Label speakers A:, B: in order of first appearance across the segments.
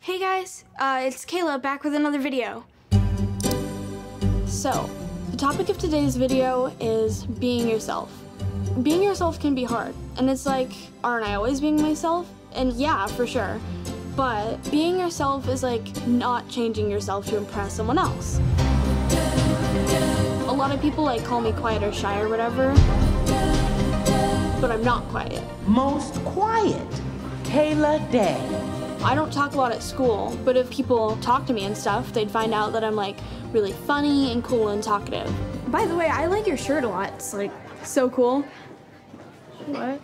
A: Hey guys, uh, it's Kayla back with another video. So, the topic of today's video is being yourself. Being yourself can be hard, and it's like, aren't I always being myself? And yeah, for sure. But being yourself is like not changing yourself to impress someone else. A lot of people like call me quiet or shy or whatever, but I'm not quiet.
B: most quiet. Kayla Day.
A: I don't talk a lot at school, but if people talk to me and stuff, they'd find out that I'm like really funny and cool and talkative.
C: By the way, I like your shirt a lot. It's like
A: So cool. What?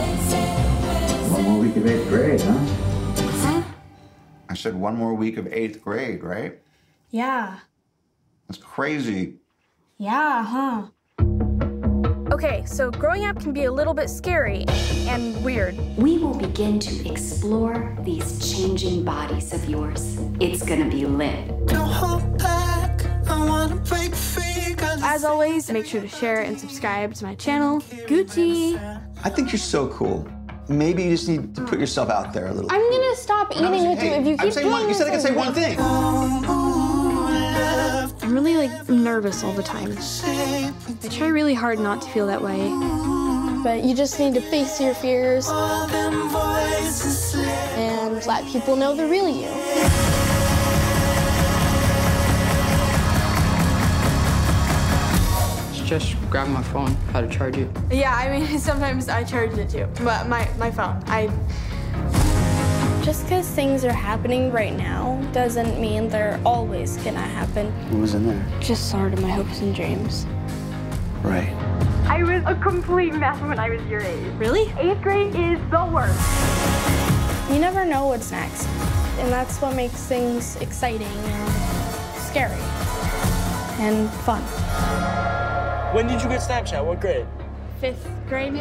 D: Kayla, one more week of eighth grade, huh?
A: Huh?
D: I said one more week of eighth grade, right?
C: yeah,
D: That's crazy.
C: yeah, huh?
A: Okay, so growing up can be a little bit scary and weird.
E: We will begin to explore these changing bodies of yours. It's gonna be lit.
F: Don't hold back. I wanna break free. Cause
A: As always, make sure to share and subscribe to my channel, Gucci.
G: I think you're so cool. Maybe you just need to put yourself out there a little.
A: I'm gonna stop eating with you if you
G: I'm
A: keep
G: saying one, you said I could say one thing.
A: I'm really like nervous all the time. I try really hard not to feel that way. But you just need to face your fears
F: all them voices slip.
A: and let people know the real you.
H: Just grab my phone. How to charge it?
A: Yeah, I mean, sometimes I charge it too, but my, my phone, I.
I: Just because things are happening right now doesn't mean they're always gonna happen.
G: Who was in there?
A: Just sort of my hopes and dreams.
G: Right.
J: I was a complete mess when I was your age.
A: Really?
J: Eighth grade is the worst.
I: You never know what's next, and that's what makes things exciting and scary and fun.
K: When did you get Snapchat? What grade?
I: Fifth grade,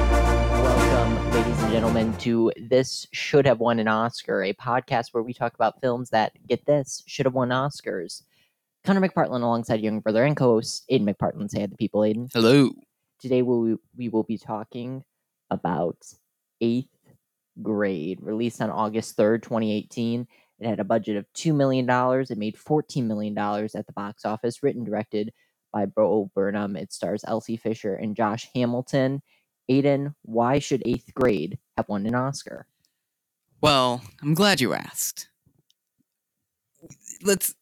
B: Welcome, ladies and gentlemen, to This Should Have Won an Oscar, a podcast where we talk about films that, get this, should have won Oscars. Connor McPartland alongside young brother and co host Aiden McPartland. Say hi to the people, Aiden.
H: Hello.
B: Today we, we will be talking about Eighth Grade, released on August 3rd, 2018. It had a budget of $2 million. It made $14 million at the box office, written and directed by Bo Burnham. It stars Elsie Fisher and Josh Hamilton. Aiden, why should eighth grade have won an Oscar?
H: Well, I'm glad you asked. Let's.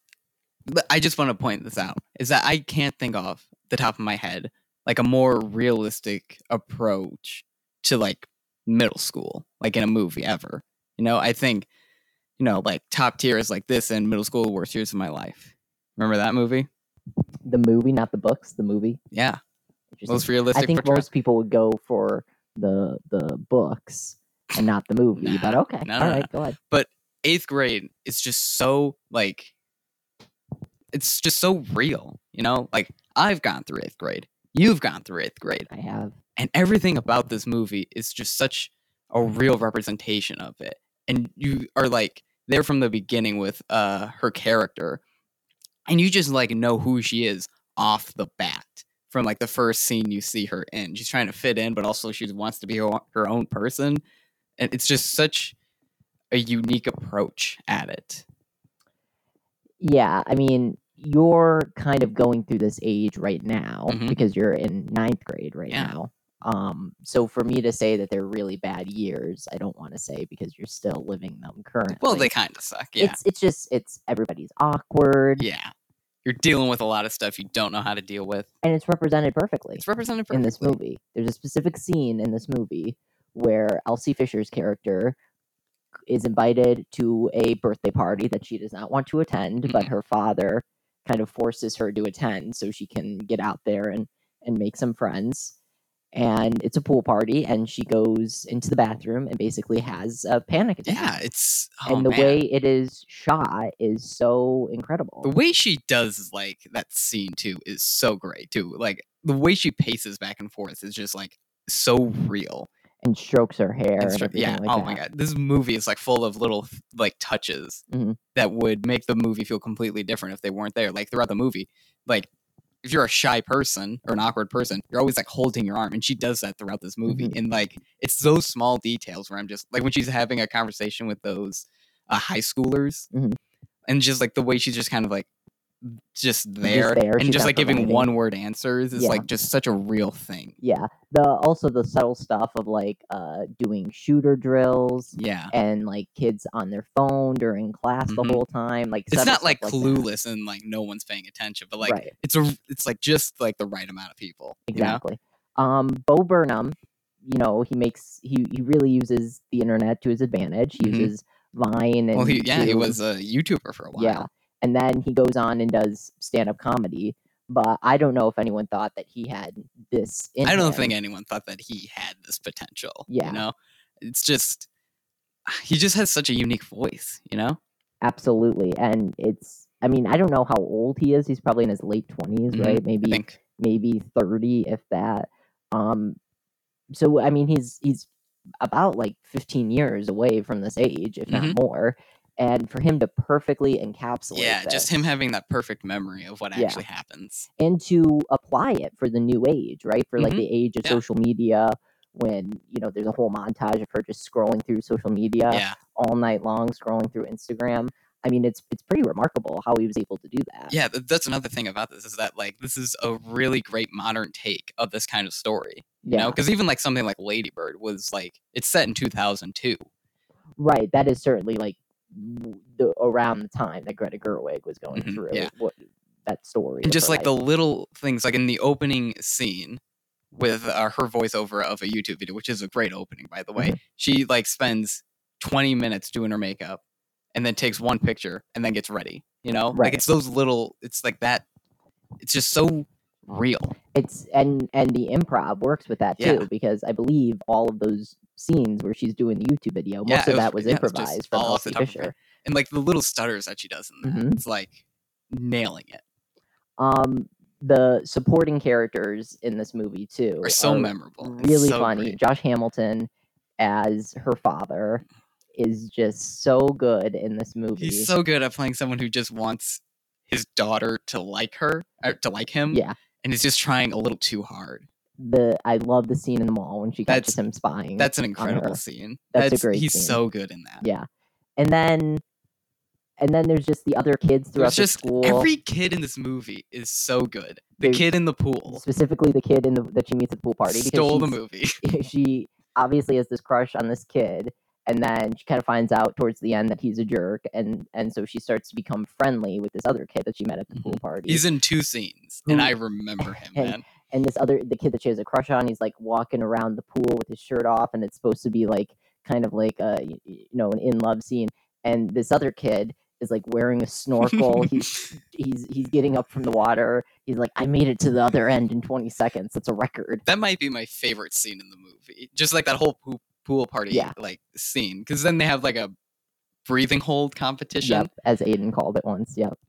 H: but I just want to point this out is that I can't think of the top of my head like a more realistic approach to like middle school, like in a movie ever. You know, I think, you know, like top tier is like this, and middle school worst years of my life. Remember that movie?
B: The movie, not the books, the movie.
H: Yeah, most
B: Interesting.
H: realistic.
B: I think
H: portrayal.
B: most people would go for the the books and not the movie, but
H: Nah,
B: okay.
H: no,
B: All
H: no,
B: right, go ahead.
H: eighth grade is just so like it's just so real you know like i've gone through eighth grade you've gone through eighth grade
B: I have.
H: and everything about this movie is just such a real representation of it and you are like there from the beginning with uh her character and you just like know who she is off the bat from like the first scene you see her in she's trying to fit in but also she wants to be her, her own person and it's just such a unique approach at it
B: Yeah, I mean, you're kind of going through this age right now
H: Mhm.
B: because you're in ninth grade right
H: Yeah.
B: now. Um, so for me to say that they're really bad years, I don't want to say because you're still living them currently.
H: well they kind of suck yeah
B: It's it's just it's everybody's awkward
H: yeah you're dealing with a lot of stuff you don't know how to deal with
B: and it's represented perfectly.
H: it's represented
B: in this
H: perfectly.
B: movie. There's a specific scene in this movie where Elsie Fisher's character is invited to a birthday party that she does not want to attend, but
H: Mm-hmm.
B: her father kind of forces her to attend so she can get out there and and make some friends. And it's a pool party, and she goes into the bathroom and basically has a panic attack.
H: yeah it's oh,
B: and the
H: man.
B: way it is shot is so incredible.
H: the way she does like that scene too is so great too like the way she paces back and forth is just like so real
B: and strokes her hair.
H: And
B: And
H: stri-
B: everything
H: yeah.
B: like
H: oh
B: that.
H: my god, this movie is like full of little like touches
B: Mhm.
H: that would make the movie feel completely different if they weren't there. Like throughout the movie, like if you're a shy person or an awkward person, you're always like holding your arm, and she does that throughout this movie.
B: Mm-hmm.
H: And like it's those small details where I'm just like when she's having a conversation with those uh, high schoolers,
B: Mhm.
H: and just like the way she's just kind of like just there,
B: there,
H: and
B: she's
H: just
B: not
H: like giving
B: providing.
H: one word answers is
B: Yeah.
H: like just such a real thing.
B: Yeah. The also the subtle stuff of like uh doing shooter drills
H: Yeah.
B: and like kids on their phone during class
H: Mhm.
B: the whole time. Like
H: it's
B: subtle
H: not
B: stuff
H: like
B: that.
H: clueless and like no one's paying attention, but like
B: Right.
H: it's a it's like just like the right amount of people. you know?
B: Exactly. Um, Bo Burnham, you know, he makes he he really uses the internet to his advantage. He
H: Mhm.
B: uses Vine and
H: Well, he, yeah, he
B: YouTube.
H: was a YouTuber for a while.
B: yeah, and then he goes on and does stand up comedy. But I don't know if anyone thought that he had this. In
H: I don't
B: him.
H: think anyone thought that he had this potential.
B: Yeah.
H: you know, it's just he just has such a unique voice. You know,
B: absolutely, and it's. I mean, I don't know how old he is. He's probably in his late 20s
H: Mhm,
B: right? Maybe
H: I think
B: maybe 30 if that um so i mean he's he's about like 15 years away from this age if
H: Mhm.
B: not more and for him to perfectly encapsulate
H: yeah, just
B: this
H: him having that perfect memory of what
B: Yeah.
H: actually happens.
B: and to apply it for the new age right for like
H: Mhm.
B: the age of
H: Yeah.
B: social media when you know there's a whole montage of her just scrolling through social media
H: yeah,
B: all night long scrolling through instagram i mean it's it's pretty remarkable how he was able to do that
H: yeah. th- that's another thing about this is that like this is a really great modern take of this kind of story. You know,
B: Yeah.
H: because even like something like Lady Bird was like it's set in 2002.
B: Right. That is certainly like w- the, around the time that Greta Gerwig was going
H: Mhm,
B: through
H: yeah.
B: what, that story.
H: and
B: of
H: just
B: her
H: like the
B: life.
H: little things like in the opening scene with uh, her voiceover of a youtube video which is a great opening by the way
B: Mm-hmm.
H: she like spends 20 minutes doing her makeup and then takes one picture and then gets ready you know like
B: Right.
H: it's those little it's like that it's just so real
B: it's and and the improv works with that
H: Yeah.
B: too because I believe all of those scenes where she's doing the YouTube video, most
H: Yeah,
B: of
H: it was-
B: that was
H: yeah, it was just
B: improvised from
H: all off the
B: Elsie
H: top of her
B: Fisher.
H: and like the little stutters that she does in that
B: Mhm.
H: it's like nailing it
B: Um, the supporting characters in this movie too
H: are so memorable and
B: really
H: so
B: funny.
H: great.
B: Josh Hamilton as her father is just so good in this movie.
H: he's so good at playing someone who just wants his daughter to like her or to like him
B: yeah.
H: and is just trying a little too hard
B: the I love the scene in the mall when she catches
H: That's-
B: him spying.
H: That's an
B: on
H: incredible
B: her.
H: scene.
B: That's a
H: That's,
B: great
H: He's
B: scene.
H: so good in that.
B: Yeah, and then and then there's just the other kids throughout
H: There's just
B: the school.
H: every kid in this movie is so good. The
B: They
H: kid in the pool
B: specifically the kid in the that she meets at the pool party because
H: stole the
B: she's-
H: movie.
B: she obviously has this crush on this kid, and then she kind of finds out towards the end that he's a jerk, and and so she starts to become friendly with this other kid that she met at the pool party.
H: Mm-hmm. He's in two scenes, and
B: Who-
H: I remember him,
B: and-
H: man.
B: and this other the kid that she has a crush on he's like walking around the pool with his shirt off and it's supposed to be like kind of like a y- you know an in love scene and this other kid is like wearing a snorkel he's he's he's getting up from the water he's like i made it to the other end in 20 seconds that's a record
H: That might be my favorite scene in the movie. Just like that whole pool, pool party
B: Yeah.
H: like scene, because then they have like a breathing hold competition,
B: yep as aiden called it once yep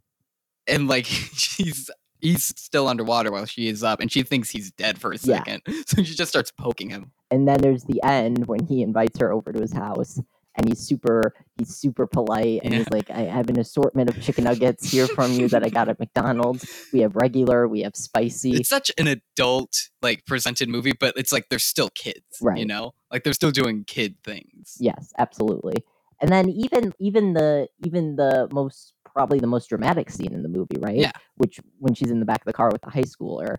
H: and like she's. He's still underwater while she is up, and she thinks he's dead for a
B: Yeah.
H: second. So she just starts poking him.
B: and then there's the end when he invites her over to his house and he's super he's super polite and
H: Yeah.
B: he's like i have an assortment of chicken nuggets here from you that i got at mcdonald's we have regular we have spicy
H: it's such an adult like presented movie, but it's like they're still kids, You
B: Right.
H: know, like they're still doing kid things.
B: Yes, absolutely. And then even even the even the most probably the most dramatic scene in the movie, right?
H: Yeah.
B: Which when she's in the back of the car with the high schooler,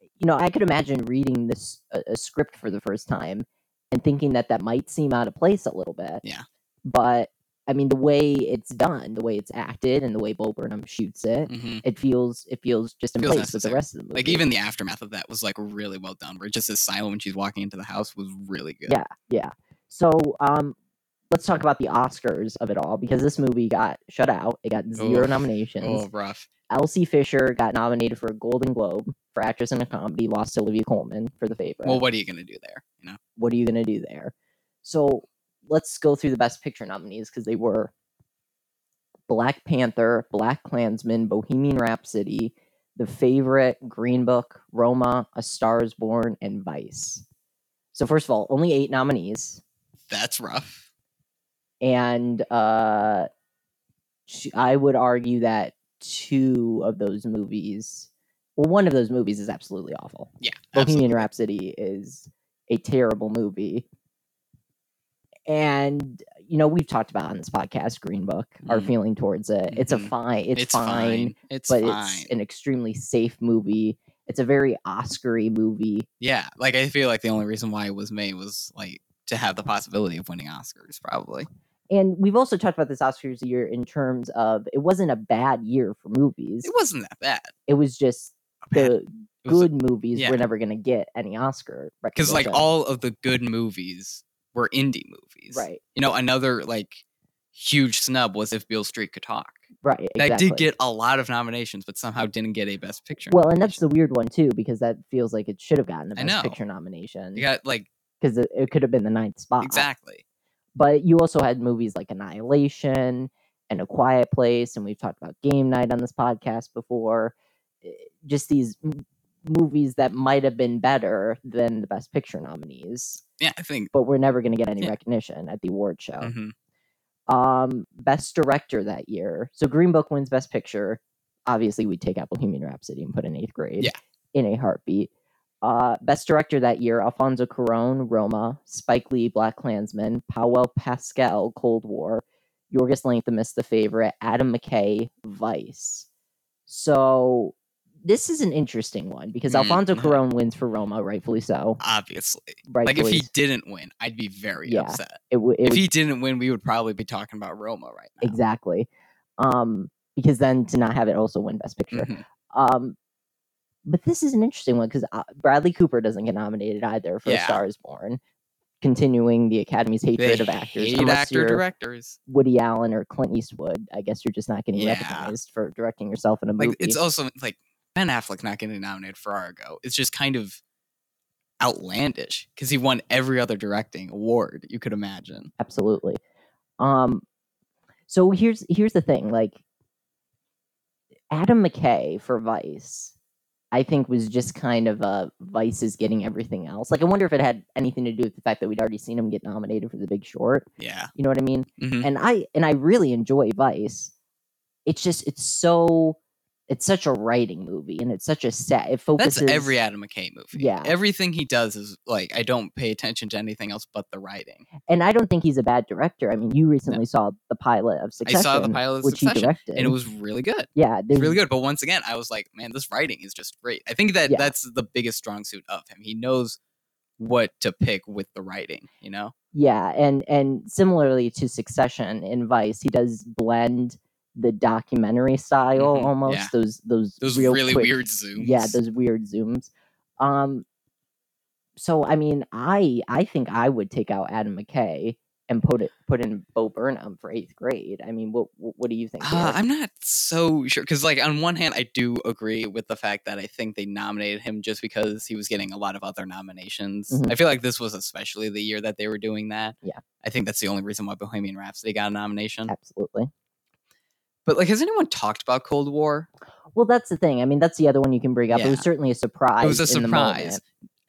B: you know, I could imagine reading this a, a script for the first time and thinking that that might seem out of place a little bit.
H: Yeah.
B: But I mean, the way it's done, the way it's acted, and the way Bo Burnham shoots it,
H: Mhm.
B: it feels it feels just in
H: Feels
B: place with
H: necessary.
B: the rest of the movie.
H: Like even the aftermath of that was like really well done. Where just as silent when she's walking into the house was really good.
B: Yeah, yeah. So um, let's talk about the Oscars of it all because this movie got shut out. It got zero
H: Oof.
B: nominations.
H: Oh, rough.
B: Elsie Fisher got nominated for a Golden Globe for actress in a comedy, lost to Olivia Colman for The Favorite.
H: Well, what are you gonna do there? You know,
B: what are you gonna do there? So let's go through the Best Picture nominees because they were Black Panther, Black Klansman, Bohemian Rhapsody, The Favorite, Green Book, Roma, A Star Is Born, and Vice. So first of all, only eight nominees,
H: That's rough.
B: and uh, sh- I would argue that two of those movies, well, one of those movies is absolutely awful.
H: Yeah.
B: Bohemian Rhapsody is a terrible movie. And you know, we've talked about on this podcast Green Book, our
H: Mhm.
B: feeling towards it. It's a
H: Mhm.
B: fine it's,
H: It's
B: fine,
H: fine. It's
B: but
H: fine.
B: it's an extremely safe movie. It's a very Oscary movie.
H: Yeah, like I feel like the only reason why it was made was like to have the possibility of winning Oscars, probably.
B: And we've also talked about this Oscars year in terms of it wasn't a bad year for movies.
H: It wasn't that bad
B: It was just the
H: It was a-
B: good movies
H: yeah.
B: were never going to get any Oscar
H: because like
B: recognition.
H: all of the good movies were indie movies.
B: right,
H: You know, another like huge snub was if Beale Street could talk.
B: right, exactly.
H: That did get a lot of nominations, but somehow didn't get a Best Picture.
B: well, and that's the weird one too because that feels like it should have gotten a
H: I
B: Best
H: know.
B: Picture nomination
H: you got like
B: because it, it could have been the ninth spot.
H: exactly.
B: But you also had movies like Annihilation and A Quiet Place, and we've talked about Game Night on this podcast before. Eh, Just these m- movies that might have been better than the Best Picture nominees,
H: Yeah, I think.
B: but we're never going to get any
H: Yeah.
B: recognition at the award show.
H: mhm.
B: um best director that year so green book wins best picture obviously we take out bohemian rhapsody and put in eighth grade
H: Yeah.
B: in a heartbeat uh best director that year alfonso cuaron roma spike lee black klansman powell pascal cold war yorgos lanthimos the favorite adam mckay vice so this is an interesting one because
H: Mm,
B: alfonso
H: mhm.
B: cuaron wins for roma rightfully so
H: Obviously, like
B: rightfully
H: if he
B: s-
H: didn't win, I'd be very
B: Yeah,
H: upset.
B: it, w- it
H: if
B: was
H: he didn't win, we would probably be talking about Roma right now.
B: exactly um because then to not have it also win best picture
H: Mhm.
B: um but this is an interesting one because uh, bradley cooper doesn't get nominated either for A
H: Yeah.
B: star is born continuing the academy's hatred
H: They
B: of actors
H: hate
B: unless
H: actor
B: you're
H: directors.
B: woody allen or clint eastwood i guess you're just not getting
H: Yeah.
B: recognized for directing yourself in a movie
H: Like it's also like Ben Affleck not getting nominated for Argo. It's just kind of outlandish because he won every other directing award you could imagine.
B: absolutely um so here's here's the thing like adam mckay for vice i think was just kind of a vice is getting everything else like i wonder if it had anything to do with the fact that we'd already seen him get nominated for the big short
H: Yeah.
B: you know what i mean
H: Mhm.
B: and i and i really enjoy vice it's just it's so it's such a writing movie and it's such a set it focuses
H: That's every Adam McKay movie.
B: Yeah.
H: Everything he does is like I don't pay attention to anything else but the writing.
B: and i don't think he's a bad director i mean you recently saw the pilot of succession
H: I saw the pilot of
B: which
H: Succession,
B: he directed
H: and it was really good.
B: yeah
H: It's
B: there's
H: really good. But once again, I was like, man, this writing is just great. I think that
B: Yeah.
H: that's the biggest strong suit of him. He knows what to pick with the writing, you know?
B: Yeah, and and similarly to Succession in Vice, he does blend the documentary style
H: Mhm,
B: almost
H: yeah.
B: those those
H: Those
B: real
H: really
B: quick-
H: weird zooms.
B: Yeah, those weird zooms. Um, so I mean, I I think I would take out Adam McKay and put it put in Bo Burnham for eighth grade. I mean, what what what do you think?
H: Uh,
B: Derek?
H: I'm not so sure because, like, on one hand, I do agree with the fact that I think they nominated him just because he was getting a lot of other nominations.
B: Mhm.
H: I feel like this was especially the year that they were doing that.
B: Yeah.
H: I think that's the only reason why Bohemian Rhapsody got a nomination.
B: Absolutely.
H: But like, has anyone talked about Cold War?
B: Well, that's the thing. I mean, that's the other one you can bring up. It was
H: Yeah.
B: certainly a surprise.
H: it was a
B: in the
H: surprise,
B: moment.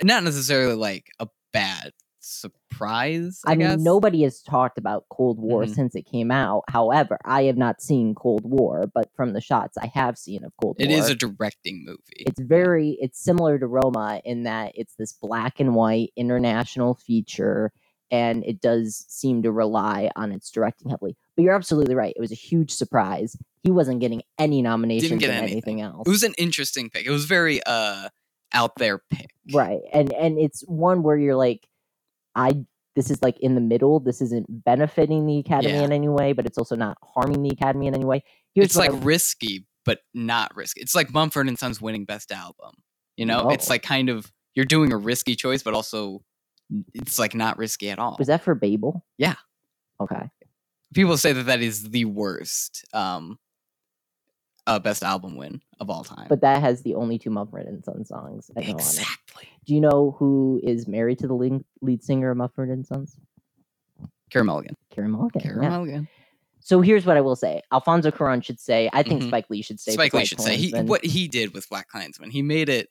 H: not necessarily like a bad surprise. I,
B: I mean,
H: guess.
B: nobody has talked about Cold War
H: Mhm.
B: since it came out. However, I have not seen Cold War, but from the shots I have seen of Cold
H: It
B: War,
H: is a directing movie.
B: it's very, it's similar to Roma in that it's this black and white international feature, and it does seem to rely on its directing heavily. But you're absolutely right; it was a huge surprise. He wasn't getting any nominations
H: get
B: or
H: anything.
B: anything else.
H: It was an interesting pick. It was very uh out there pick.
B: right and and it's one where you're like i this is like in the middle this isn't benefiting the academy
H: Yeah.
B: in any way but it's also not harming the academy in any way here's
H: it's
B: what
H: like
B: I-
H: risky, but not risky. It's like Mumford and Sons winning Best Album. You know, it's
B: No.
H: like kind of you're doing a risky choice, but also it's like not risky at all.
B: was that for babel
H: Yeah.
B: okay
H: People say that that is the worst um uh, Best Album win of all time.
B: but that has the only two mumford and son songs I know on it.
H: exactly,
B: do you know who is married to the lead, lead singer of mumford and sons
H: Karen Mulligan.
B: Karen Mulligan.
H: Karen
B: yeah.
H: Mulligan.
B: So here's what I will say: Alfonso Cuarón should say. I think
H: Mhm.
B: Spike Lee should say. for
H: Spike Lee
B: Black
H: should say he
B: Klansman.
H: what he did with Black Klansman. He made it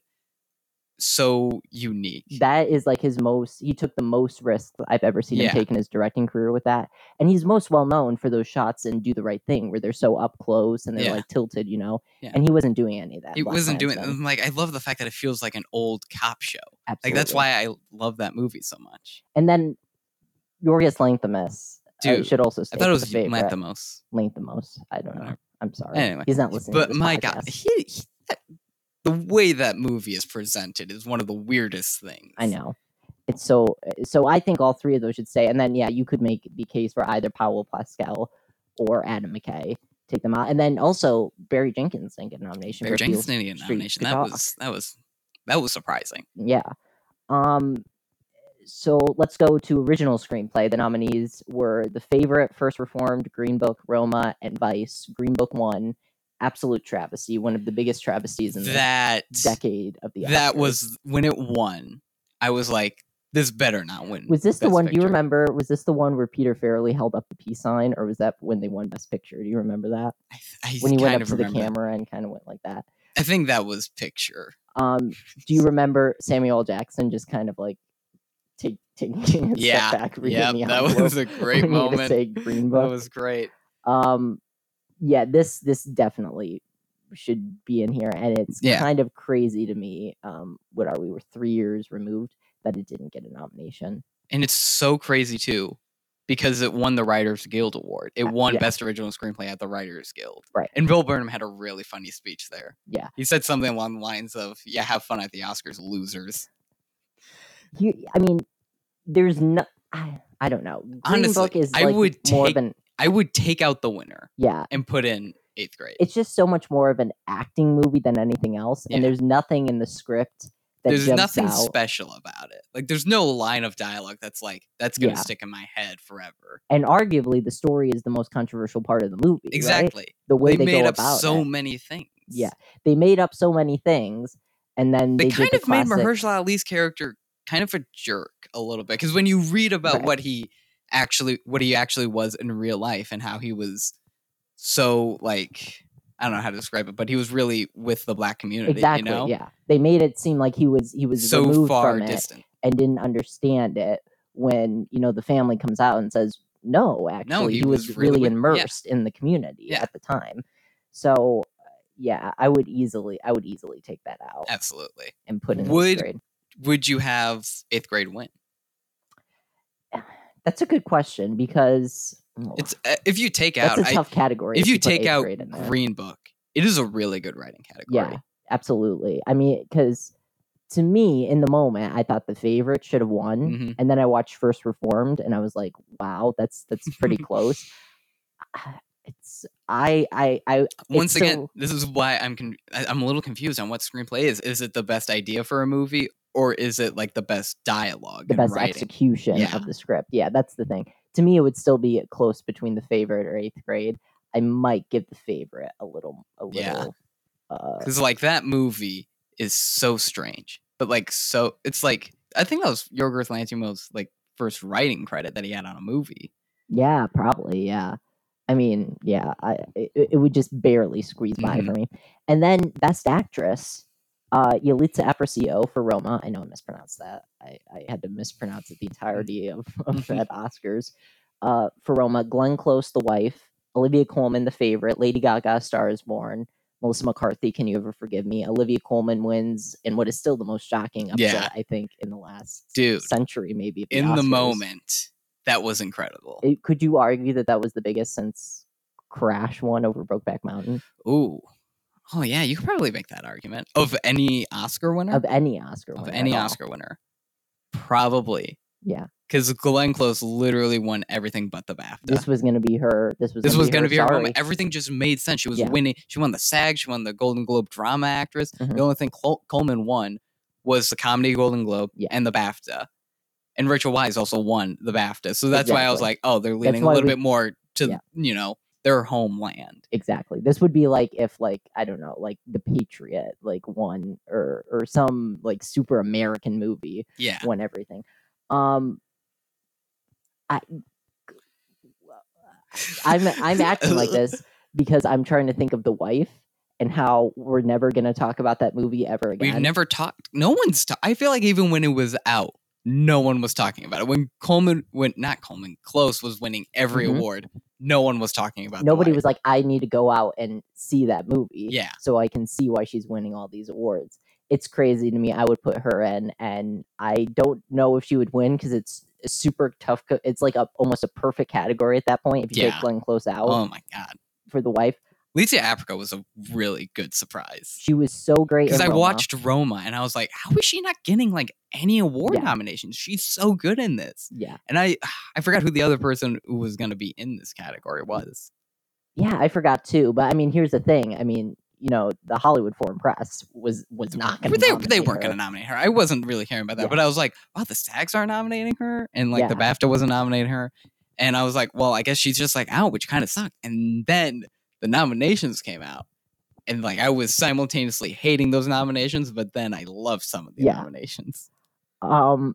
H: so unique.
B: That is like his most. He took the most risks I've ever seen
H: Yeah.
B: him take in his directing career with that, and he's most well known for those shots in Do the Right Thing where they're so up close and they're
H: Yeah.
B: like tilted, you know.
H: Yeah.
B: And he wasn't doing any of that. in
H: It
B: Black
H: wasn't doing
B: Klansman.
H: and, like I love the fact that it feels like an old cop show. Like that's
B: Absolutely.
H: why I love that movie so much.
B: And then Yorgos Lanthimos. I
H: Dude,
B: should also.
H: I
B: Say
H: thought it
B: the
H: was
B: favorite.
H: Lanthimos.
B: Lanthimos. I don't know. I'm sorry.
H: Anyway,
B: he's not listening. to
H: But
B: this
H: my
B: podcast.
H: God, he, he- that- the way that movie is presented is one of the weirdest things.
B: I know. It's so eh, so. I think all three of those should stay, and then yeah, you could make the case for either Powell Pascal or Adam McKay. Take them out, and then also Barry Jenkins didn't get a nomination.
H: Barry
B: for Beale
H: Jenkins didn't get a
B: Street
H: nomination. That
B: Dog.
H: was that was that was surprising.
B: yeah. Um. So let's go to original screenplay. The nominees were The Favorite, First Reformed, Green Book, Roma, and Vice. Green Book won. Absolute travesty. One of the biggest travesties in the
H: That
B: decade of the.
H: that
B: Oscars.
H: was when it won. I was like, this better not win.
B: Was this the
H: Best
B: one? Do you
H: Picture.
B: remember? Was this the one where Peter Farrelly held up the peace sign, or was that when they won Best Picture? Do you remember that?
H: I
B: when he went
H: kind
B: up
H: of
B: to the
H: remember that.
B: camera and kind of went like that.
H: I think that was picture.
B: Um, do you remember Samuel L. Jackson just kind of like take taking a
H: Yeah,
B: step back, reading
H: yeah,
B: the
H: that
B: envelope
H: was a great
B: when he had to
H: moment.
B: say Green
H: That
B: Book.
H: was great.
B: Um, yeah, this this definitely should be in here, and it's
H: Yeah.
B: kind of crazy to me. Um, what are we? We're three years removed that it didn't get a nomination.
H: And it's so crazy too, because it won the Writers Guild Award. It won
B: yeah.
H: Best Original Screenplay at the Writers Guild.
B: Right.
H: And Bill Burnham had a really funny speech there.
B: Yeah.
H: He said something along the lines of, "Yeah, have fun at the Oscars, losers."
B: You, I mean, there's no. I, I don't know. Green
H: Honestly,
B: Book is
H: I
B: like
H: would
B: more of
H: take-
B: an
H: I would take out the winner
B: yeah.
H: and put in eighth grade.
B: It's just so much more of an acting movie than anything else, and
H: Yeah.
B: there's nothing in the script that
H: there's
B: jumps
H: nothing
B: out.
H: special about it. Like, there's no line of dialogue that's like that's gonna
B: Yeah.
H: stick in my head forever.
B: and arguably, the story is the most controversial part of the movie. right?
H: Exactly.
B: The way
H: they,
B: they,
H: made
B: go
H: up
B: about
H: so
B: it.
H: many things.
B: Yeah, they made up so many things, and then
H: They,
B: they,
H: kind
B: did
H: of
B: the
H: made
B: classic-
H: Mahershala Ali's character kind of a jerk a little bit because when you read about
B: Right.
H: what he actually what he actually was in real life and how he was so like I don't know how to describe it, but he was really with the black community.
B: Exactly.
H: You know?
B: Yeah, they made it seem like he was he was
H: So
B: removed
H: far
B: from it,
H: distant.
B: and didn't understand it when you know the family comes out and says no actually
H: he
B: he, was,
H: was really
B: really
H: with- yeah.
B: immersed in the community
H: Yeah.
B: at the time so uh, yeah i would easily i would easily take that out
H: Absolutely.
B: and put in
H: Uh, Would-
B: eighth grade
H: Would you have eighth grade win?
B: that's a good question because oh,
H: It's uh, if you take
B: that's
H: out
B: a
H: I-
B: tough category
H: if you
B: put
H: take
B: eighth
H: out
B: grade in there.
H: Green Book, it is a really good writing category.
B: yeah absolutely i mean because to me in the moment i thought the favorite should have won
H: Mhm.
B: and then i watched first reformed and i was like wow that's that's pretty close I- it's i i i
H: Once
B: it's
H: again,
B: so-
H: this is why I'm con- I- I'm a little confused on what screenplay is. Is it the best idea for a movie, or is it like the best dialogue?
B: the
H: and
B: best
H: writing?
B: execution
H: Yeah.
B: of the script yeah that's the thing to me it would still be close between the favorite or eighth grade i might give the favorite a little a
H: Yeah.
B: little uh
H: because like that movie is so strange, but like so it's like I think that was Yorgos Lanthimos' like first writing credit that he had on a movie.
B: Yeah, probably. Yeah. I mean, yeah, I, it, it would just barely squeeze by
H: Mm-hmm.
B: for me. And then Best Actress, uh, Yalitza Aparicio for Roma. I know I mispronounced that. I, I had to mispronounce it the
H: Mm-hmm.
B: entirety of, of that Oscars. Uh, for Roma, Glenn Close, The Wife, Olivia Colman, The Favorite, Lady Gaga, A Star is Born, Melissa McCarthy, Can You Ever Forgive Me? Olivia Colman wins in what is still the most shocking upset,
H: Yeah.
B: I think, in the last
H: Dude,
B: century, maybe. of
H: in the
B: Oscars.
H: moment, that was incredible.
B: It- Eh, could you argue that that was the biggest since Crash won over Brokeback Mountain
H: Ooh, oh yeah, you could probably make that argument of any Oscar winner
B: of any Oscar?
H: of
B: winner
H: any
B: at all?
H: Oscar winner. Probably
B: Yeah,
H: because Glenn Close literally won everything but the BAFTA.
B: this was going to be her. This was
H: This was going to be her
B: sorry.
H: moment. Everything just made sense. She was
B: Yeah.
H: winning. She won the SAG. She won the Golden Globe Drama Actress.
B: Mhm.
H: The only thing Col- Coleman won was the Comedy Golden Globe
B: Yeah.
H: and the BAFTA. And Rachel Wise also won the BAFTA. So that's why I was
B: Exactly.
H: like, oh, they're leaning a
B: why
H: little
B: we-
H: bit more to
B: Yeah.
H: you know their homeland.
B: Exactly. This would be like if like I don't know, like The Patriot like won or or some like super American movie
H: Yeah,
B: won everything. Um I I'm I'm acting like this because I'm trying to think of the wife and how we're never going to talk about that movie ever again.
H: We've never talked. No one's. Ta- I feel like even when it was out, no one was talking about it. When Coleman, when not Coleman, Close was winning every
B: Mhm.
H: award, no one was talking about. The
B: Nobody
H: Wife.
B: was like, I need to go out and see that movie.
H: Yeah.
B: So I can see why she's winning all these awards. It's crazy to me. I would put her in, and I don't know if she would win because it's a super tough. Co- it's like a, almost a perfect category at that point if you
H: Yeah.
B: take Glenn Close out
H: Oh my god,
B: for the wife.
H: Lisa Africa was a really good surprise
B: She was so great.
H: because
B: in
H: I
B: Roma.
H: watched Roma and I was like, how is she not getting like any award nominations? She's so good in this.
B: Yeah.
H: And I, I forgot who the other person who was going to be in this category was.
B: Yeah, I forgot too. But I mean, here's the thing. I mean, you know, the Hollywood Foreign Press was was not going
H: But
B: to.
H: they, they weren't going to nominate her. I wasn't really caring about that. But I was like, wow, the SAGs are nominating her. And like the
B: Yeah.
H: BAFTA wasn't nominating her. And I was like, well, I guess she's just like out, which kind of sucked. And then the nominations came out. And like I was simultaneously hating those nominations, but then I loved some of the
B: Yeah.
H: nominations.
B: Um,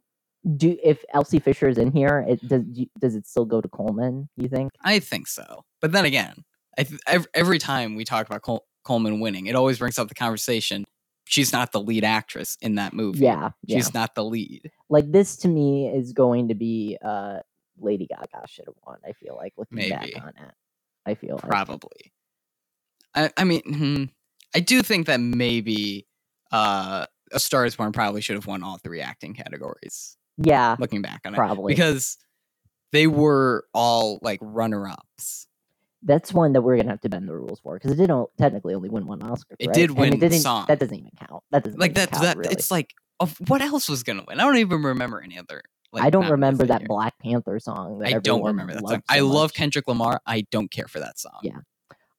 B: do if Elsie Fisher is in here, it does. do- Does it still go to Coleman? You think?
H: I think so. But then again, I th- ev- every time we talk about Col- Coleman winning, it always brings up the conversation. She's not the lead actress in that movie.
B: Yeah,
H: She's
B: yeah.
H: not the lead.
B: Like this to me is going to be uh Lady Gaga should have won. I feel like looking
H: Maybe.
B: back on it, I feel like.
H: Probably. I, I mean, hmm, I do think that maybe uh, A Star is Born probably should have won all three acting categories.
B: yeah,
H: Looking back on it.
B: probably.
H: Because they were all like runner ups.
B: that's one that we're gonna have to bend the rules for because it did o- technically only win one Oscar.
H: It
B: right?
H: did
B: And
H: win
B: it didn't,
H: song.
B: That doesn't even count. That doesn't
H: Like
B: even
H: that,
B: count,
H: that
B: really.
H: it's like, of what else was going to win? I don't even remember any other. Like,
B: I don't
H: nominees
B: remember that
H: year.
B: Black Panther song. That
H: I don't
B: everyone
H: remember that song.
B: loved so
H: I love
B: much.
H: Kendrick Lamar. I don't care for that song.
B: Yeah.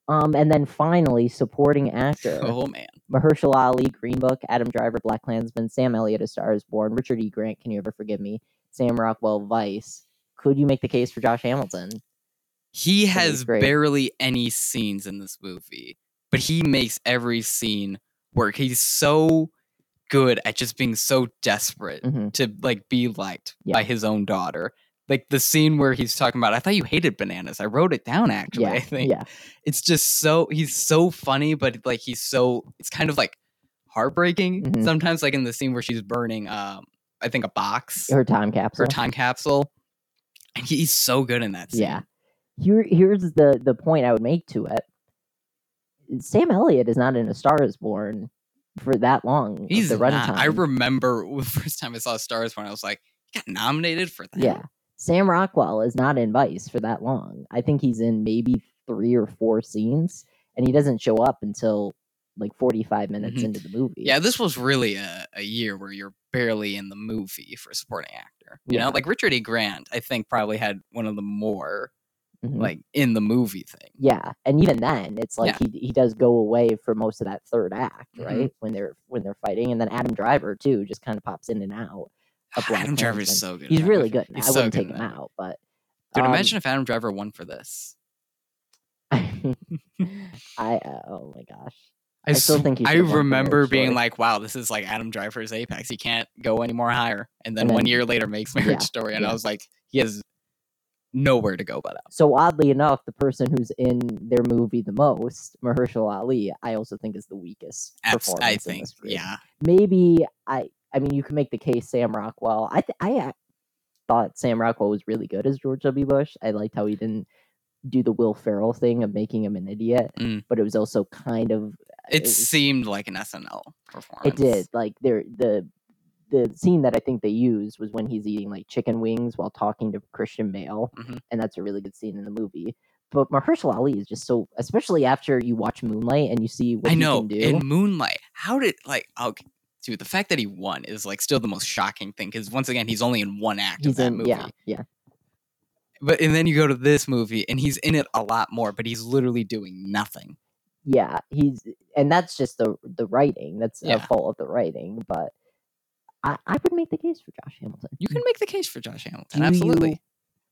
B: Um, and then finally, supporting actor.
H: Oh man.
B: Mahershala Ali, Green Book, Adam Driver, Black Klansman, Sam Elliott, A Star Is Born, Richard E. Grant, Can You Ever Forgive Me, Sam Rockwell, Vice. Could you make the case for Josh Hamilton?
H: He
B: That is
H: has
B: great.
H: barely any scenes in this movie, but he makes every scene work. He's so good at just being so desperate
B: Mhm.
H: to like be liked
B: Yeah.
H: by his own daughter. Like the scene where he's talking about, I thought you hated bananas. I wrote it down actually.
B: yeah,
H: I think
B: yeah,
H: it's just so he's so funny, but like he's so it's kind of like heartbreaking
B: Mhm.
H: sometimes. Like in the scene where she's burning, um, I think a box.
B: her time capsule.
H: her time capsule. And he's so good in that scene.
B: Yeah. Here, here's the the point I would make to it. Sam Elliott is not in A Star Is Born for that long. of
H: He's
B: the
H: not- I
B: runtime.
H: remember the first time I saw Star Wars when I was like, he got nominated for that.
B: Yeah. Sam Rockwell is not in Vice for that long. I think he's in maybe three or four scenes, and he doesn't show up until like 45 minutes
H: Mhm.
B: into the movie.
H: Yeah, this was really a, a year where you're barely in the movie for supporting actor. You
B: Yeah.
H: know, like Richard E. Grant, I think probably had one of the more
B: Mhm.
H: like in the movie thing.
B: yeah, and even then, it's like he he does go away for most of that third act,
H: Mhm.
B: right? When they're when they're fighting, and then Adam Driver too just kind of pops in and out. of Black
H: Ah, Adam Driver is
B: Klansman.
H: so good. in
B: He's
H: that
B: really
H: movie.
B: good. in it.
H: He's
B: I
H: so
B: wouldn't
H: good
B: take
H: in
B: him
H: that.
B: out, but
H: Dude,
B: um,
H: imagine if Adam Driver won for this.
B: I uh, oh my gosh,
H: I,
B: I still
H: sw-
B: think he
H: I
B: should've won for
H: remember
B: Marriage
H: being
B: Story.
H: like, "Wow, this is like Adam Driver's apex. He can't go any more higher." And then,
B: And
H: one
B: then-
H: year later, makes Marriage
B: yeah,
H: Story, and I
B: yeah.
H: was like, "He has nowhere to go but up."
B: So oddly enough, the person who's in their movie the most, Mahershala Ali, I also think is the weakest
H: Abs-
B: performance
H: I
B: in
H: think,
B: this group.
H: yeah,
B: Maybe I. I mean, you can make the case Sam Rockwell. I th- I uh, thought Sam Rockwell was really good as George W. Bush. I liked how he didn't do the Will Ferrell thing of making him an idiot,
H: Mm.
B: but it was also kind of
H: it
B: was-
H: seemed like an SNL performance.
B: it did like there the the scene that I think they used was when he's eating like chicken wings while talking to Christian Bale,
H: Mhm.
B: and that's a really good scene in the movie. But Mahershala Ali is just so, especially after you watch Moonlight and you see what
H: I
B: he
H: know.
B: can do.
H: In Moonlight, how did like okay, dude? The fact that he won is like still the most shocking thing because once again, he's only in one act of
B: he's
H: that
B: in,
H: movie.
B: yeah, yeah,
H: But and then you go to this movie, and he's in it a lot more, but he's literally doing nothing.
B: yeah. He's, and that's just the the writing. That's
H: Yeah.
B: a fault of the writing. But I, I would make the case for Josh Hamilton.
H: You can make the case for Josh Hamilton,
B: Do
H: absolutely.
B: Mm. you-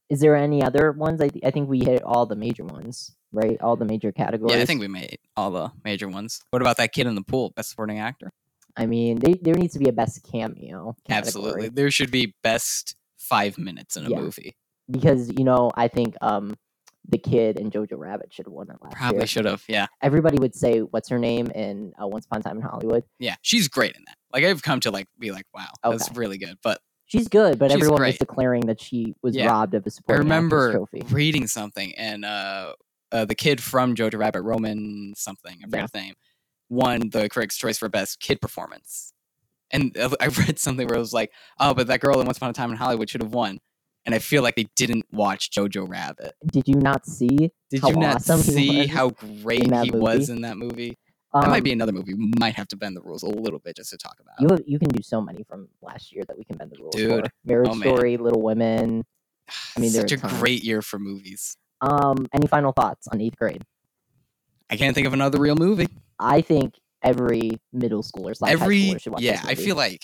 B: is there any other ones? I, th- I think we hit all the major ones, right? All the major categories.
H: Yeah, I think we made all the major ones. What about that kid in the pool, best supporting actor?
B: I mean, they, there needs to be a best cameo. Category.
H: Absolutely. There should be best five minutes in a
B: Yeah.
H: movie.
B: because you know I think um The Kid and Jojo Rabbit should have won it last year.
H: Probably should have. Yeah.
B: Everybody would say, "What's her name?" in uh, Once Upon a Time in Hollywood.
H: Yeah. She's great in that. Like I've come to like be like, wow, that's
B: Okay.
H: really good. But
B: She's good, but
H: She's
B: everyone was
H: great.
B: declaring that she was
H: Yeah.
B: robbed of a
H: I
B: supporting actress
H: remember
B: trophy.
H: reading something and uh, uh the kid from Jojo Rabbit, Roman something, I forget his name, won the Critics' Choice for Best Kid Performance. And uh, I read something where it was like, oh, but that girl in Once Upon a Time in Hollywood should have won. And I feel like they didn't watch Jojo Rabbit.
B: Did you not see?
H: Did
B: how
H: you not
B: awesome he
H: see
B: was?
H: how great
B: in that
H: he was
B: movie?
H: in that movie? that might
B: Um,
H: be another movie. We might have to bend the rules a little bit just to talk about.
B: You have, you can do so many from last year that we can bend the rules
H: Dude.
B: for. Marriage
H: Oh, man.
B: Story, Little Women. I mean, there
H: Such
B: are
H: a
B: tons.
H: great year for movies.
B: Um, any final thoughts on eighth grade?
H: I can't think of another real movie.
B: I think every middle schooler slash high
H: every
B: schooler should watch.
H: yeah,
B: this
H: I
B: movie.
H: feel like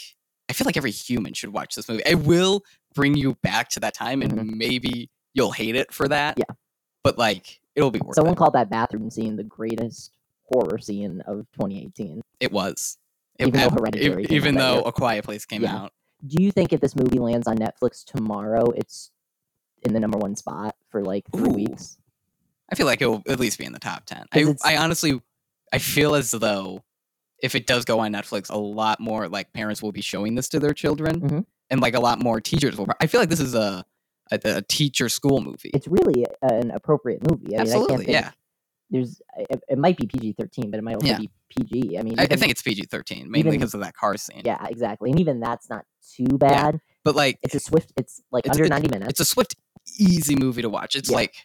H: I feel like every human should watch this movie. It will bring you back to that time, and maybe you'll hate it for that.
B: Mm-hmm. Yeah.
H: but like it'll be worth
B: someone
H: it.
B: called that bathroom scene the greatest horror scene of 2018.
H: It was
B: Even though
H: ev-
B: Hereditary
H: ev-
B: came out
H: even
B: that
H: though
B: year.
H: A Quiet Place came
B: Yeah.
H: out.
B: Do you think if this movie lands on Netflix tomorrow, it's in the number one spot for like three weeks?
H: I feel like it will at least be in the top ten.
B: 'Cause
H: I,
B: it's-
H: I honestly, I feel as though if it does go on Netflix, a lot more like parents will be showing this to their children,
B: Mm-hmm.
H: and like a lot more teachers will. I feel like this is a a, a teacher school movie.
B: It's really a- an appropriate movie. I mean, I
H: Absolutely,
B: can't think,
H: yeah.
B: There's I- it, it might be PG-13, but it might also
H: Yeah.
B: be PG. I mean,
H: I, I
B: even-
H: think it's PG thirteen mainly
B: even-
H: because of that car scene.
B: yeah, exactly, and even that's not too bad.
H: but like
B: it's a swift. It's like
H: it's
B: under
H: a-
B: 90 minutes.
H: It's a swift, easy movie to watch. It's
B: Yeah.
H: like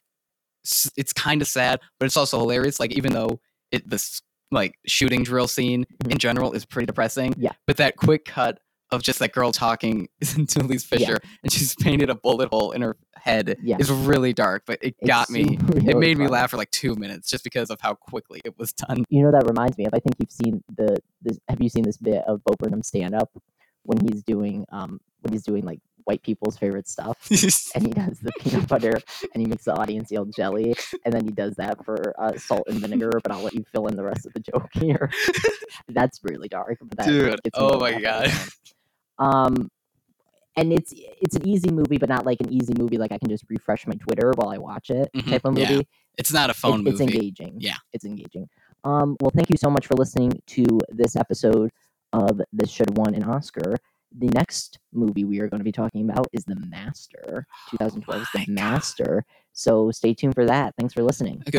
H: s- it's kind of sad, but it's also hilarious. Like even though it this like shooting drill scene in general is pretty depressing.
B: Mm-hmm. Yeah.
H: But that quick cut of just that girl talking to Elise
B: Yeah.
H: Fisher and she's painted a bullet hole in her head
B: Yeah.
H: is really dark, but it got me.
B: really
H: it made me
B: dark.
H: laugh for like two minutes just because of how quickly it was done.
B: you know that reminds me of. I think you've seen the this. Have you seen this bit of Bo Burnham stand up when he's doing um when he's doing like white people's favorite stuff, and he does the peanut butter and he makes the audience yell jelly, and then he does that for uh, salt and vinegar. But I'll let you fill in the rest of the joke here. That's really dark, but that
H: Dude,
B: gets me
H: oh
B: to
H: my
B: laugh every
H: god.
B: time. Um, and it's it's an easy movie, but not like an easy movie like I can just refresh my Twitter while I watch it
H: Mhm,
B: type of
H: yeah.
B: movie.
H: It's not a phone
B: It's-
H: movie.
B: It's engaging.
H: Yeah.
B: it's engaging. Um, well, thank you so much for listening to this episode of This Should Have Won an Oscar. The next movie we are going to be talking about is
H: Oh
B: The Master, 2012's The Master. So stay tuned for that. Thanks for listening.
H: Goodbye.